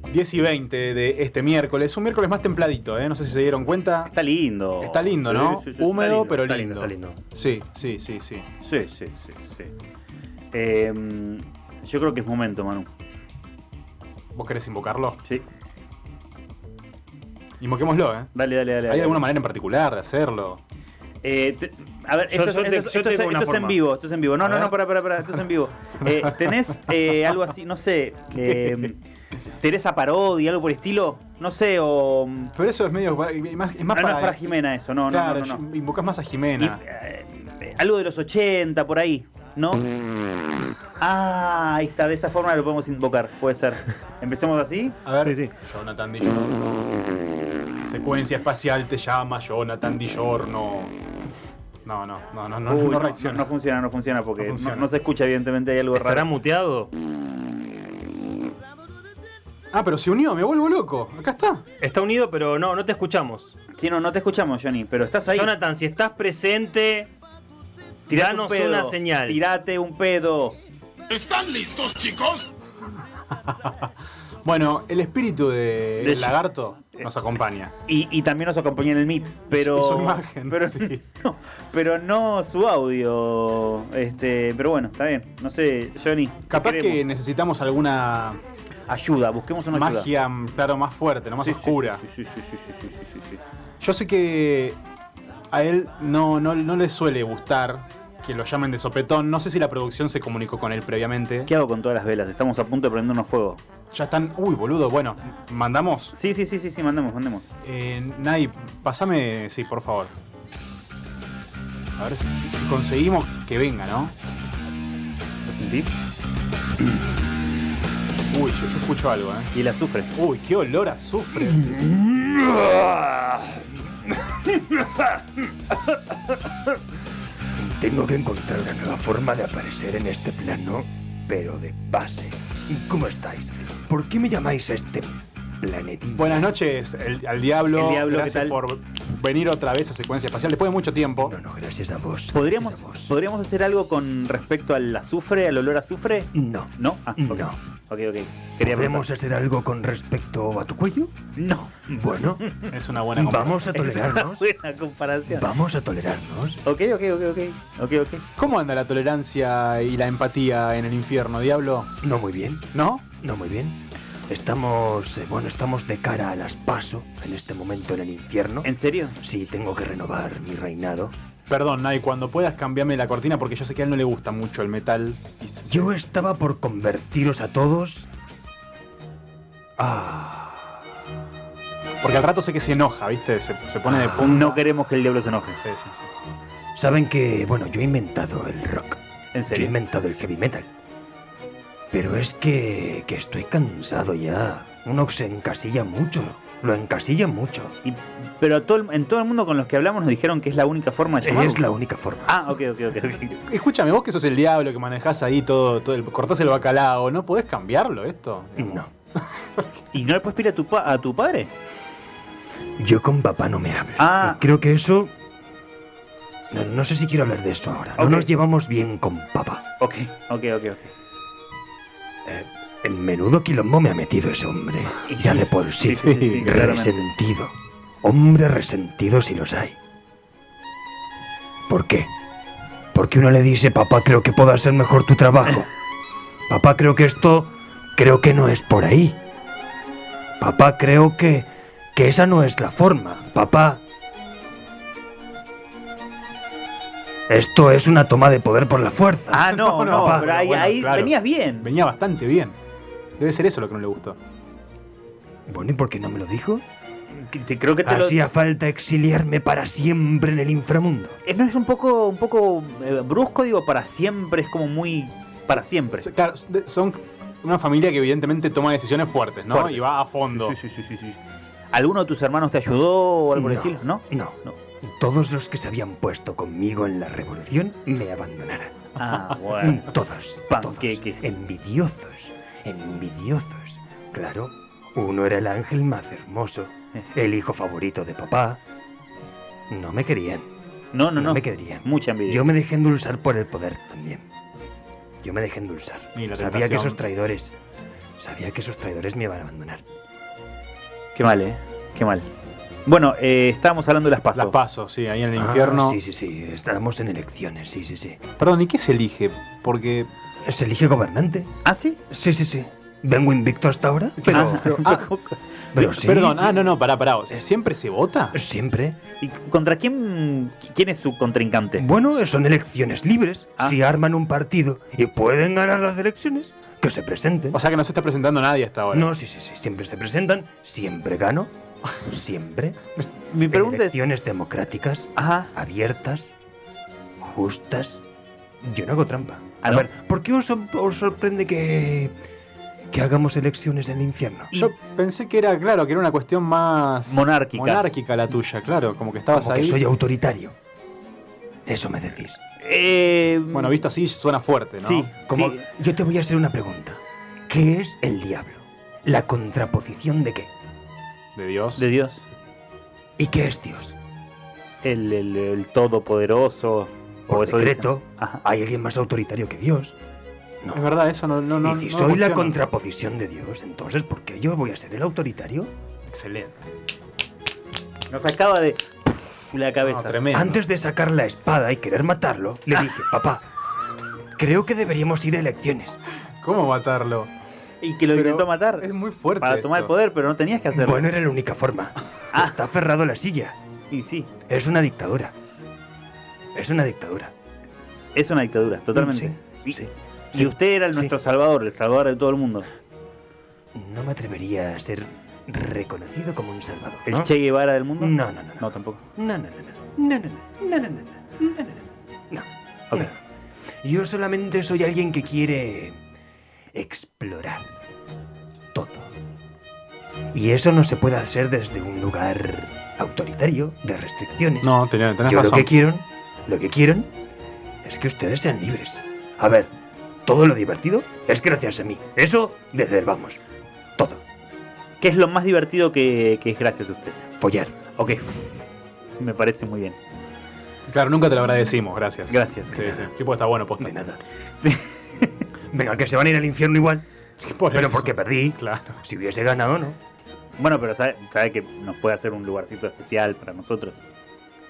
10 y 20 de este miércoles. Un miércoles más templadito, ¿eh? No sé si se dieron cuenta. Está lindo. Está lindo, ¿no? Sí, sí, sí, Húmedo, está lindo, pero está lindo. Está lindo. Sí, sí, sí, sí. Sí, sí, sí, sí. Eh, yo creo que es momento, Manu. ¿Vos querés invocarlo? Sí. Invoquémoslo, ¿eh? Dale, dale, dale. ¿Hay dale. alguna manera en particular de hacerlo? Eh, te- a ver, Yo- esto, es- yo esto te- es- yo esto es- tengo una esto es en forma. vivo, esto es en vivo. No, A no, ver. no, pará, pará, pará, esto es en vivo. Eh, ¿Tenés eh, algo así, no sé, eh, Teresa Parodi, algo por el estilo? No sé, o... No, Pero eso es medio. más- Es más no para, es para Jimena eso, no, no, Claro, no, no, no. invocás más a Y, Jimena. eh, algo de los 80, por ahí, ¿no? Ah, ahí está, de esa forma lo podemos invocar, puede ser. Empecemos así. A ver, Sí, sí. Jonathan Di Secuencia espacial te llama Jonathan Di Giorno. No, no, no, no, no, Uy, no reacciona. no funciona, no funciona porque No no, funciona. no se escucha, evidentemente, hay algo ¿Estará raro. muteado? Ah, pero se unió, me vuelvo loco. Acá está. Está unido, pero no, no te escuchamos. Sí, no, no te escuchamos, Johnny, pero estás ahí. Jonathan, si estás presente, Tirate danos un pedo, una señal. Tirate un pedo. ¿Están listos, chicos? Bueno, el espíritu de, De- el lagarto nos acompaña. Y, y también nos acompaña en el Meet, pero. Y su imagen, Pero, sí. no, pero no su audio. Este, pero bueno, está bien. No sé, Johnny. ¿qué Capaz que queremos? necesitamos alguna Ayuda, busquemos una ayuda. magia, claro, más fuerte, no más Sí, sí, oscura. Sí, sí, sí, sí, sí, sí, sí, sí, sí. Yo sé que a él no, no, no le suele gustar que lo llamen de sopetón. No sé si la producción se comunicó con él previamente. ¿Qué hago con todas las velas? Estamos a punto de prendernos fuego. Ya están. Uy, boludo, bueno, mandamos. Sí, sí, sí, sí, sí, mandemos, mandemos. Eh, Nay, pasame, sí, por favor. A ver si, si- si conseguimos que venga, ¿no? ¿Lo sentís? Uy, yo, yo escucho algo, ¿eh? Y el azufre. Uy, qué olor a azufre. Tengo que encontrar una nueva forma de aparecer en este plano, pero de base. ¿Cómo estáis? ¿Por qué me llamáis este planetilla? Buenas noches, el- al diablo. El diablo, ¿qué Gracias tal? por venir otra vez a Secuencia Espacial después de mucho tiempo. No, no, gracias a vos. ¿Podríamos, gracias a vos. ¿Podríamos hacer algo con respecto al azufre, al olor a azufre? No. ¿No? Ah, ok. No. Ok, ok. Quería ¿Podemos hacer algo con respecto a tu cuello? preguntar. No. Bueno, Es una buena compra. vamos a tolerarnos. Esa es una comparación. Vamos a tolerarnos. Ok, ok, ok, ok. Ok, ok. ¿Cómo anda la tolerancia y la empatía en el infierno, diablo? No muy bien, ¿No? no muy bien. Estamos, eh, bueno, estamos de cara a las paso en este momento en el infierno. ¿En serio? Sí, tengo que renovar mi reinado. Perdón, Nay, cuando puedas cambiarme la cortina porque yo sé que a él no le gusta mucho el metal. Y se- Yo estaba por convertiros a todos. Ah, Porque al rato sé que se enoja, ¿viste? Se, se pone Ah, de punta. No queremos que el diablo se enoje. Sí, sí, sí. saben que, bueno, yo he inventado el rock, ¿En yo he serio? inventado el heavy metal. Pero es que, que estoy cansado ya. Uno se encasilla mucho, lo encasilla mucho. Y- pero a todo el- en todo el mundo con los que hablamos nos dijeron que es la única forma de llamarlo. Es la única forma. Ah, ok, ok, ok. ok. Escúchame, vos que sos el diablo que manejás ahí todo, todo el, cortás el bacalao, ¿no podés cambiarlo esto? No, ¿Y no le puedes pedir a tu, pa- a tu padre? yo con papá no me hablo. Eh, Ah. Creo que eso... No, no sé si quiero hablar de esto ahora. Ok. No nos llevamos bien con papá. Ok, ok, ok, ok. El menudo quilombo me ha metido ese hombre. Y ya sí. de por sí. sí, claramente. Resentido. Hombre resentido si los hay. ¿Por qué? Porque uno le dice, papá, creo que puedo hacer mejor tu trabajo. papá, creo que esto, creo que no es por ahí. Papá, creo que, que esa no es la forma. Papá. Esto es una toma de poder por la fuerza. Ah, No, no, no, no, papá, pero ahí, bueno, ahí claro. venías bien. Venía bastante bien. Debe ser eso lo que no le gustó. Bueno, ¿y por qué no me lo dijo? Que te- creo que te lo... Hacía falta exiliarme para siempre en el inframundo. Eh, ¿No es un poco, un poco eh, brusco? Digo, para siempre, es como muy... Para siempre. Se- Claro, de- son una familia que evidentemente toma decisiones fuertes, ¿no? Fuertes. Y va a fondo. Sí, sí, sí, sí, sí. ¿Alguno de tus hermanos te ayudó o algo por el No. estilo? ¿No? No. No. Todos los que se habían puesto conmigo en la revolución me abandonaron. Ah, bueno. Todos. Panqueques. Todos. Envidiosos. Envidiosos. Claro, uno era el ángel más hermoso, Eh. el hijo favorito de papá. No me querían. No, no, No no. me querían. Mucha envidia. Yo me dejé endulzar por el poder también. Yo me dejé endulzar. Y la Sabía que tentación. esos traidores. Sabía que esos traidores me iban a abandonar. Qué mal, eh. Qué mal. Bueno, eh, estábamos hablando de las pasos. Las pasos, sí, ahí en el infierno. Ah, sí, sí, sí. Estamos en elecciones, sí, sí, sí. Perdón, ¿y qué se elige? Porque. ¿Se elige gobernante? ¿Ah, sí? Sí, sí, sí. Vengo invicto hasta ahora, pero, Ah, pero sí. Perdón, sí. ah, no, no, pará, pará. o sea, ¿Siempre se vota? Siempre. ¿Y contra quién, quién es su contrincante? Bueno, son elecciones libres. Ah. Si arman un partido y pueden ganar las elecciones, que se presenten. O sea que no se está presentando nadie hasta ahora. No, sí, sí, sí. Siempre se presentan, siempre gano. Siempre. Mi En pregunta es... elecciones democráticas, Ajá. abiertas, justas. Yo no hago trampa. Ah, A ¿no? ver, ¿por qué os, sor- os sorprende que, que hagamos elecciones en el infierno? Yo pensé que era, claro, que era una cuestión más. Monárquica. Monárquica la tuya, claro. Como que estabas Como que ahí. soy autoritario. Eso me decís. Eh, Bueno, visto así suena fuerte, ¿no? Sí, Como- sí. Yo te voy a hacer una pregunta. ¿Qué es el diablo? ¿La contraposición de qué? De Dios. De Dios. ¿Y qué es Dios? El, el- el todopoderoso. Por o Pues eso dicen. decreto, Ajá. hay alguien más autoritario que Dios. No. Es verdad, eso no. no, no no lo y si soy la cuestiono. contraposición de Dios, entonces ¿por qué yo voy a ser el autoritario? Excelente. Nos acaba de... La cabeza. No, tremendo. Antes de sacar la espada y querer matarlo, le dije, papá, creo que deberíamos ir a elecciones. ¿Cómo matarlo? y que lo Pero intentó matar. Es muy fuerte. Para tomar el esto. poder, pero no tenías que hacerlo. Bueno, era la única forma. Ah. Está aferrado a la silla. Y sí, Es una dictadura. Es una dictadura. es una dictadura, totalmente. Sí, y, sí, y sí, usted era el sí. nuestro salvador, el salvador de todo el mundo. No me atrevería a ser reconocido como un salvador. El ¿no? Che Guevara del mundo. No, no, no, no. No, tampoco. No, no, no, no, no, no, no, no, no, no, no, no, no, no. Ok. No. Yo solamente soy alguien que quiere explorar todo. Y eso no se puede hacer desde un lugar autoritario, de restricciones. No, tenés, tenés Yo lo razón. que quiero, lo que quieren es que ustedes sean libres. A ver, todo lo divertido es gracias a mí. Eso desde el vamos. Todo. ¿Qué es lo más divertido que, que es gracias a usted? Follar. Ok. Me parece muy bien. Claro, nunca te lo agradecimos, gracias. Gracias. Sí, sí. Tipo está bueno, posta. De nada. Sí. Venga, que se van a ir al infierno igual. Sí, Pues por Pero eso. porque perdí. Claro. Si hubiese ganado, no. Bueno, pero sabe, sabe que nos puede hacer un lugarcito especial para nosotros.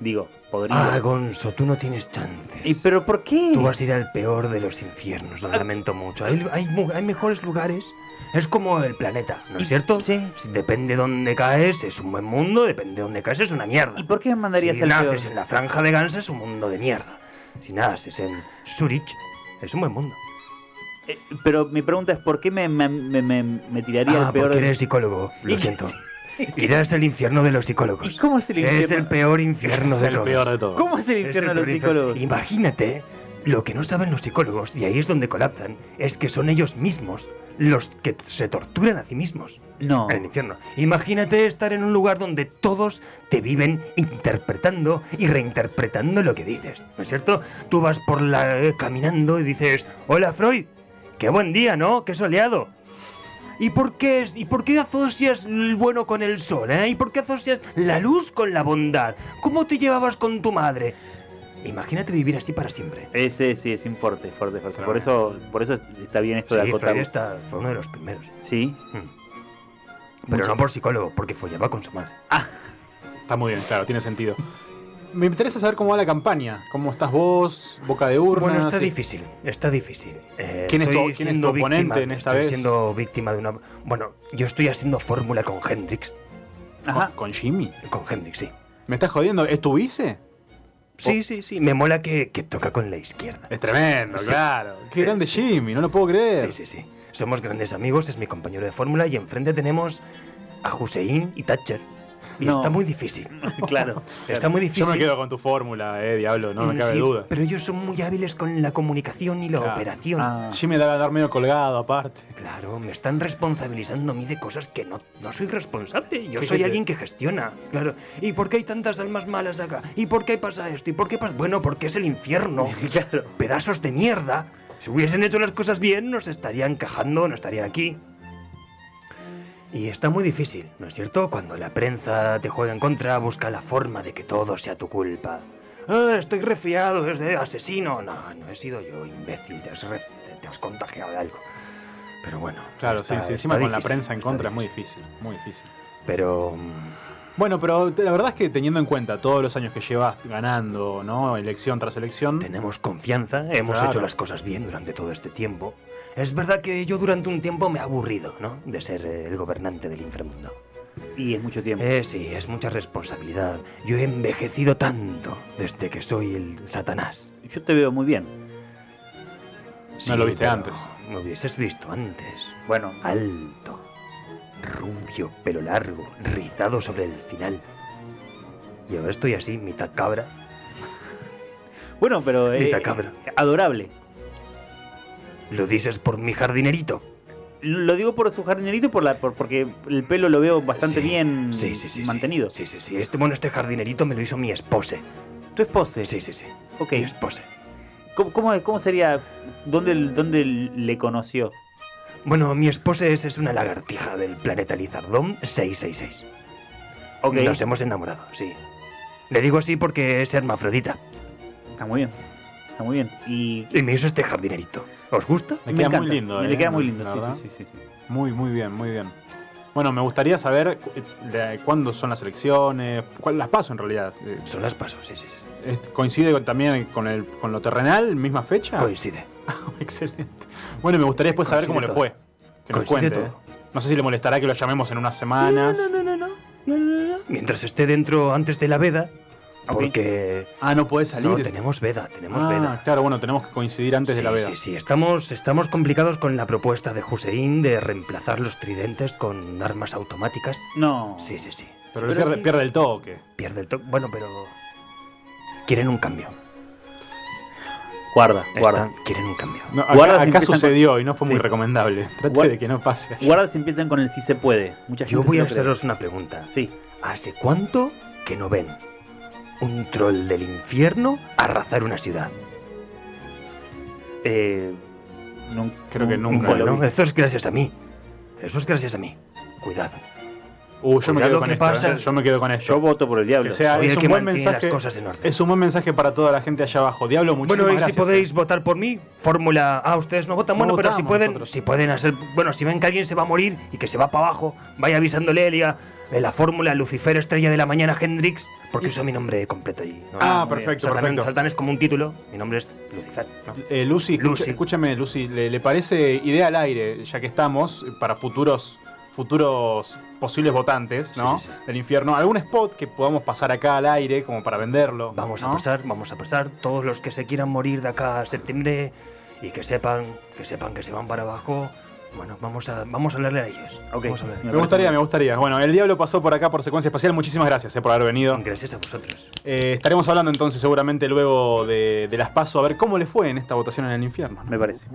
Digo, podría. Ah, Gonzo, tú no tienes chances. ¿Y pero por qué? Tú vas a ir al peor de los infiernos, lo lamento mucho. Hay, hay mu- hay mejores lugares. Es como el planeta, ¿no es cierto? sí. Si Depende dónde caes, es un buen mundo. Depende de dónde caes, es una mierda. ¿Y por qué me mandarías si al naces peor? en la franja de Gansa, es un mundo de mierda. Si naces en Zurich, es un buen mundo. Eh, pero mi pregunta es: ¿por qué me, me, me- me- me tiraría Ah, al peor? porque de- eres psicólogo, ¿Y lo qué- siento. Irás al infierno de los ¿Y psicólogos. cómo es el infierno? Es el peor infierno es de el todos. peor de todo. ¿Cómo es el Es infierno de el los peor infierno. psicólogos? Imagínate lo que no saben los psicólogos, y ahí es donde colapsan, es que son ellos mismos los que t- se torturan a sí mismos No. en el infierno. Imagínate estar en un lugar donde todos te viven interpretando y reinterpretando lo que dices, ¿no es cierto? Tú vas por la eh, caminando y dices, hola Freud, qué buen día, ¿no? Qué soleado. ¿Y por qué, es- y por qué asocias el bueno con el sol? eh? ¿Y por qué asocias la luz con la bondad? ¿Cómo te llevabas con tu madre? Imagínate vivir así para siempre. Ese sí es fuerte, fuerte, fuerte. Por Tremendo. eso, por eso está bien esto Sí, de acotar. Freud está- fue uno de los primeros. Hmm. Sí. Pero Mucho. no por psicólogo, porque follaba con su madre. Está muy bien, claro, tiene sentido. Me interesa saber cómo va la campaña. ¿Cómo estás vos? ¿Boca de urna? Bueno, está Sí. difícil, está difícil. Eh, ¿Quién es tu- estoy quién es tu siendo oponente víctima- en esta estoy vez? siendo víctima de una... Bueno, yo estoy haciendo fórmula con Hendrix. Ajá. ¿Con, con Jimmy? Con Hendrix, sí. Oh. ¿Me estás jodiendo? ¿Es tu vice? Sí, sí, sí. Me mola que, que toca con la izquierda. Es tremendo, Sí. claro. Qué Eh, grande sí. Jimmy, no lo puedo creer. Sí, sí, sí. Somos grandes amigos, es mi compañero de fórmula y enfrente tenemos a Hussein y Thatcher. Y No. está muy difícil. claro. Está muy difícil. Yo me quedo con tu fórmula, eh, diablo, no me Mm, cabe sí, duda. Pero ellos son muy hábiles con la comunicación y la Claro. operación. Ah. Jimmy debe andar medio colgado, aparte. Claro, me están responsabilizando a mí de cosas que no, no soy responsable. Yo ¿Qué soy te- alguien que gestiona, claro. ¿Y por qué hay tantas almas malas acá? ¿Y por qué pasa esto? ¿Y por qué pasa...? Bueno, porque es el infierno. claro. Pedazos de mierda. Si hubiesen hecho las cosas bien, nos estarían cajando, no estarían aquí. Y está muy difícil, ¿no es cierto? Cuando la prensa te juega en contra, busca la forma de que todo sea tu culpa. Ah, estoy resfriado, es de asesino. No, no he sido yo, imbécil, te has, ref- te- te has contagiado de algo. Pero bueno. Claro, sí, está- sí. está Encima con la difícil, prensa en está contra es muy difícil, muy difícil. Pero. mm, Bueno, pero te- la verdad es que teniendo en cuenta todos los años que llevas ganando, ¿no? Elección tras elección. Tenemos confianza, hemos Claro. hecho las cosas bien durante todo este tiempo. Es verdad que yo durante un tiempo me he aburrido, ¿no? De ser eh, el gobernante del inframundo. Y es mucho tiempo. Eh, sí, es mucha responsabilidad. Yo he envejecido tanto desde que soy el Satanás. Yo te veo muy bien. Sí, lo viste pero antes. Me hubieses visto antes. Bueno, Alto, rubio, pelo largo, rizado sobre el final. Y ahora estoy así, mitad cabra. bueno, pero eh, Mitad cabra. adorable. ¿Lo dices por mi jardinerito? Lo digo por su jardinerito y por la por, porque el pelo lo veo bastante Sí, bien sí, sí, sí, sí. mantenido. Sí, sí, sí. Este, bueno, este jardinerito me lo hizo mi esposa. Tu esposa. Sí, sí, sí. Ok. Mi esposa. ¿Cómo, cómo, es- cómo sería? ¿Dónde, ¿Dónde le conoció? Bueno, mi esposa es, es una lagartija del planeta Lizardón 666. Ok. Nos hemos enamorado, sí. Le digo así porque es hermafrodita. Está muy bien. Está muy bien. Y Y me hizo este jardinerito. ¿Os gusta? Me me queda encanta. muy lindo, Me eh, le queda muy lindo, la sí, verdad. sí, sí, sí, sí. Muy, muy bien, muy bien. Bueno, me gustaría saber cu- eh, cuándo son las elecciones, cuál las paso en realidad. Eh, Son las pasos, sí, sí. sí. es- ¿Coincide con- también con, el, con lo terrenal, misma fecha? Coincide. Excelente. Bueno, me gustaría después saber Coincide cómo le todo. fue. Que nos Coincide cuente. todo. eh. No sé si le molestará que lo llamemos en unas semanas. No, no, no, no. No, no, no. Mientras esté dentro antes de la veda, Ok. porque Ah, no puede salir. no tenemos veda, tenemos Ah, veda. Claro, bueno, tenemos que coincidir antes sí, de la veda. sí, sí, estamos, estamos complicados con la propuesta de Hussein de reemplazar los tridentes con armas automáticas. No. Sí, sí, sí. Pero, Sí, pierde, sí, pierde el toque. pierde el toque. Bueno, pero quieren un cambio. Guarda, guarda. Están- quieren un cambio. No, Guarda acá si acá empiezan sucedió y no fue Sí. muy recomendable. Trate Guar- de que no pase. Guarda si empiezan con el sí se puede. Mucha gente Yo se voy a lo cree. haceros una pregunta. Sí. ¿Hace cuánto que no ven un troll del infierno arrasar una ciudad? Eh, nun- Creo que nun- nunca. lo Bueno, vi. esto es gracias a mí. Eso es gracias a mí. Cuidado. Uh, yo me Cuidado quedo con que esto. pasa. eh. Yo me quedo con esto. Yo voto por el diablo. Que sea- Ah, Soy es el un que buen mantiene mensaje. las cosas en orden. Es un buen mensaje para toda la gente allá abajo. Diablo, muchísimas Bueno, y gracias. eh. si podéis votar por mí, fórmula A, ustedes no votan, No bueno, pero si votamos pueden, nosotros. si pueden hacer, bueno, si ven que alguien se va a morir y que se va para abajo, vaya avisándole, Elia, la fórmula Lucifer Estrella de la Mañana Hendrix, porque uso mi nombre completo y no- Ah, no- perfecto, Saltan- perfecto. Saltan es como un título, mi nombre es Lucifer. ¿no? Eh, Lucy, escucha- Lucy. escúchame, Lucy, ¿le, le parece idea al aire, ya que estamos, eh, para futuros futuros posibles votantes Sí, ¿no? sí, sí. del infierno? ¿Algún spot que podamos pasar acá al aire como para venderlo? Vamos a ¿no? pasar, vamos a pasar, todos los que se quieran morir de acá a septiembre y que sepan, que sepan que se van para abajo, bueno, vamos a, vamos a hablarle a ellos. Ok. Vamos a hablarle. Me gustaría, me gustaría. Bueno, el diablo pasó por acá por secuencia espacial. Muchísimas gracias eh, por haber venido. Gracias a vosotros. Eh, estaremos hablando entonces seguramente luego de, de las paso a ver cómo le fue en esta votación en el infierno. ¿no? Me parece.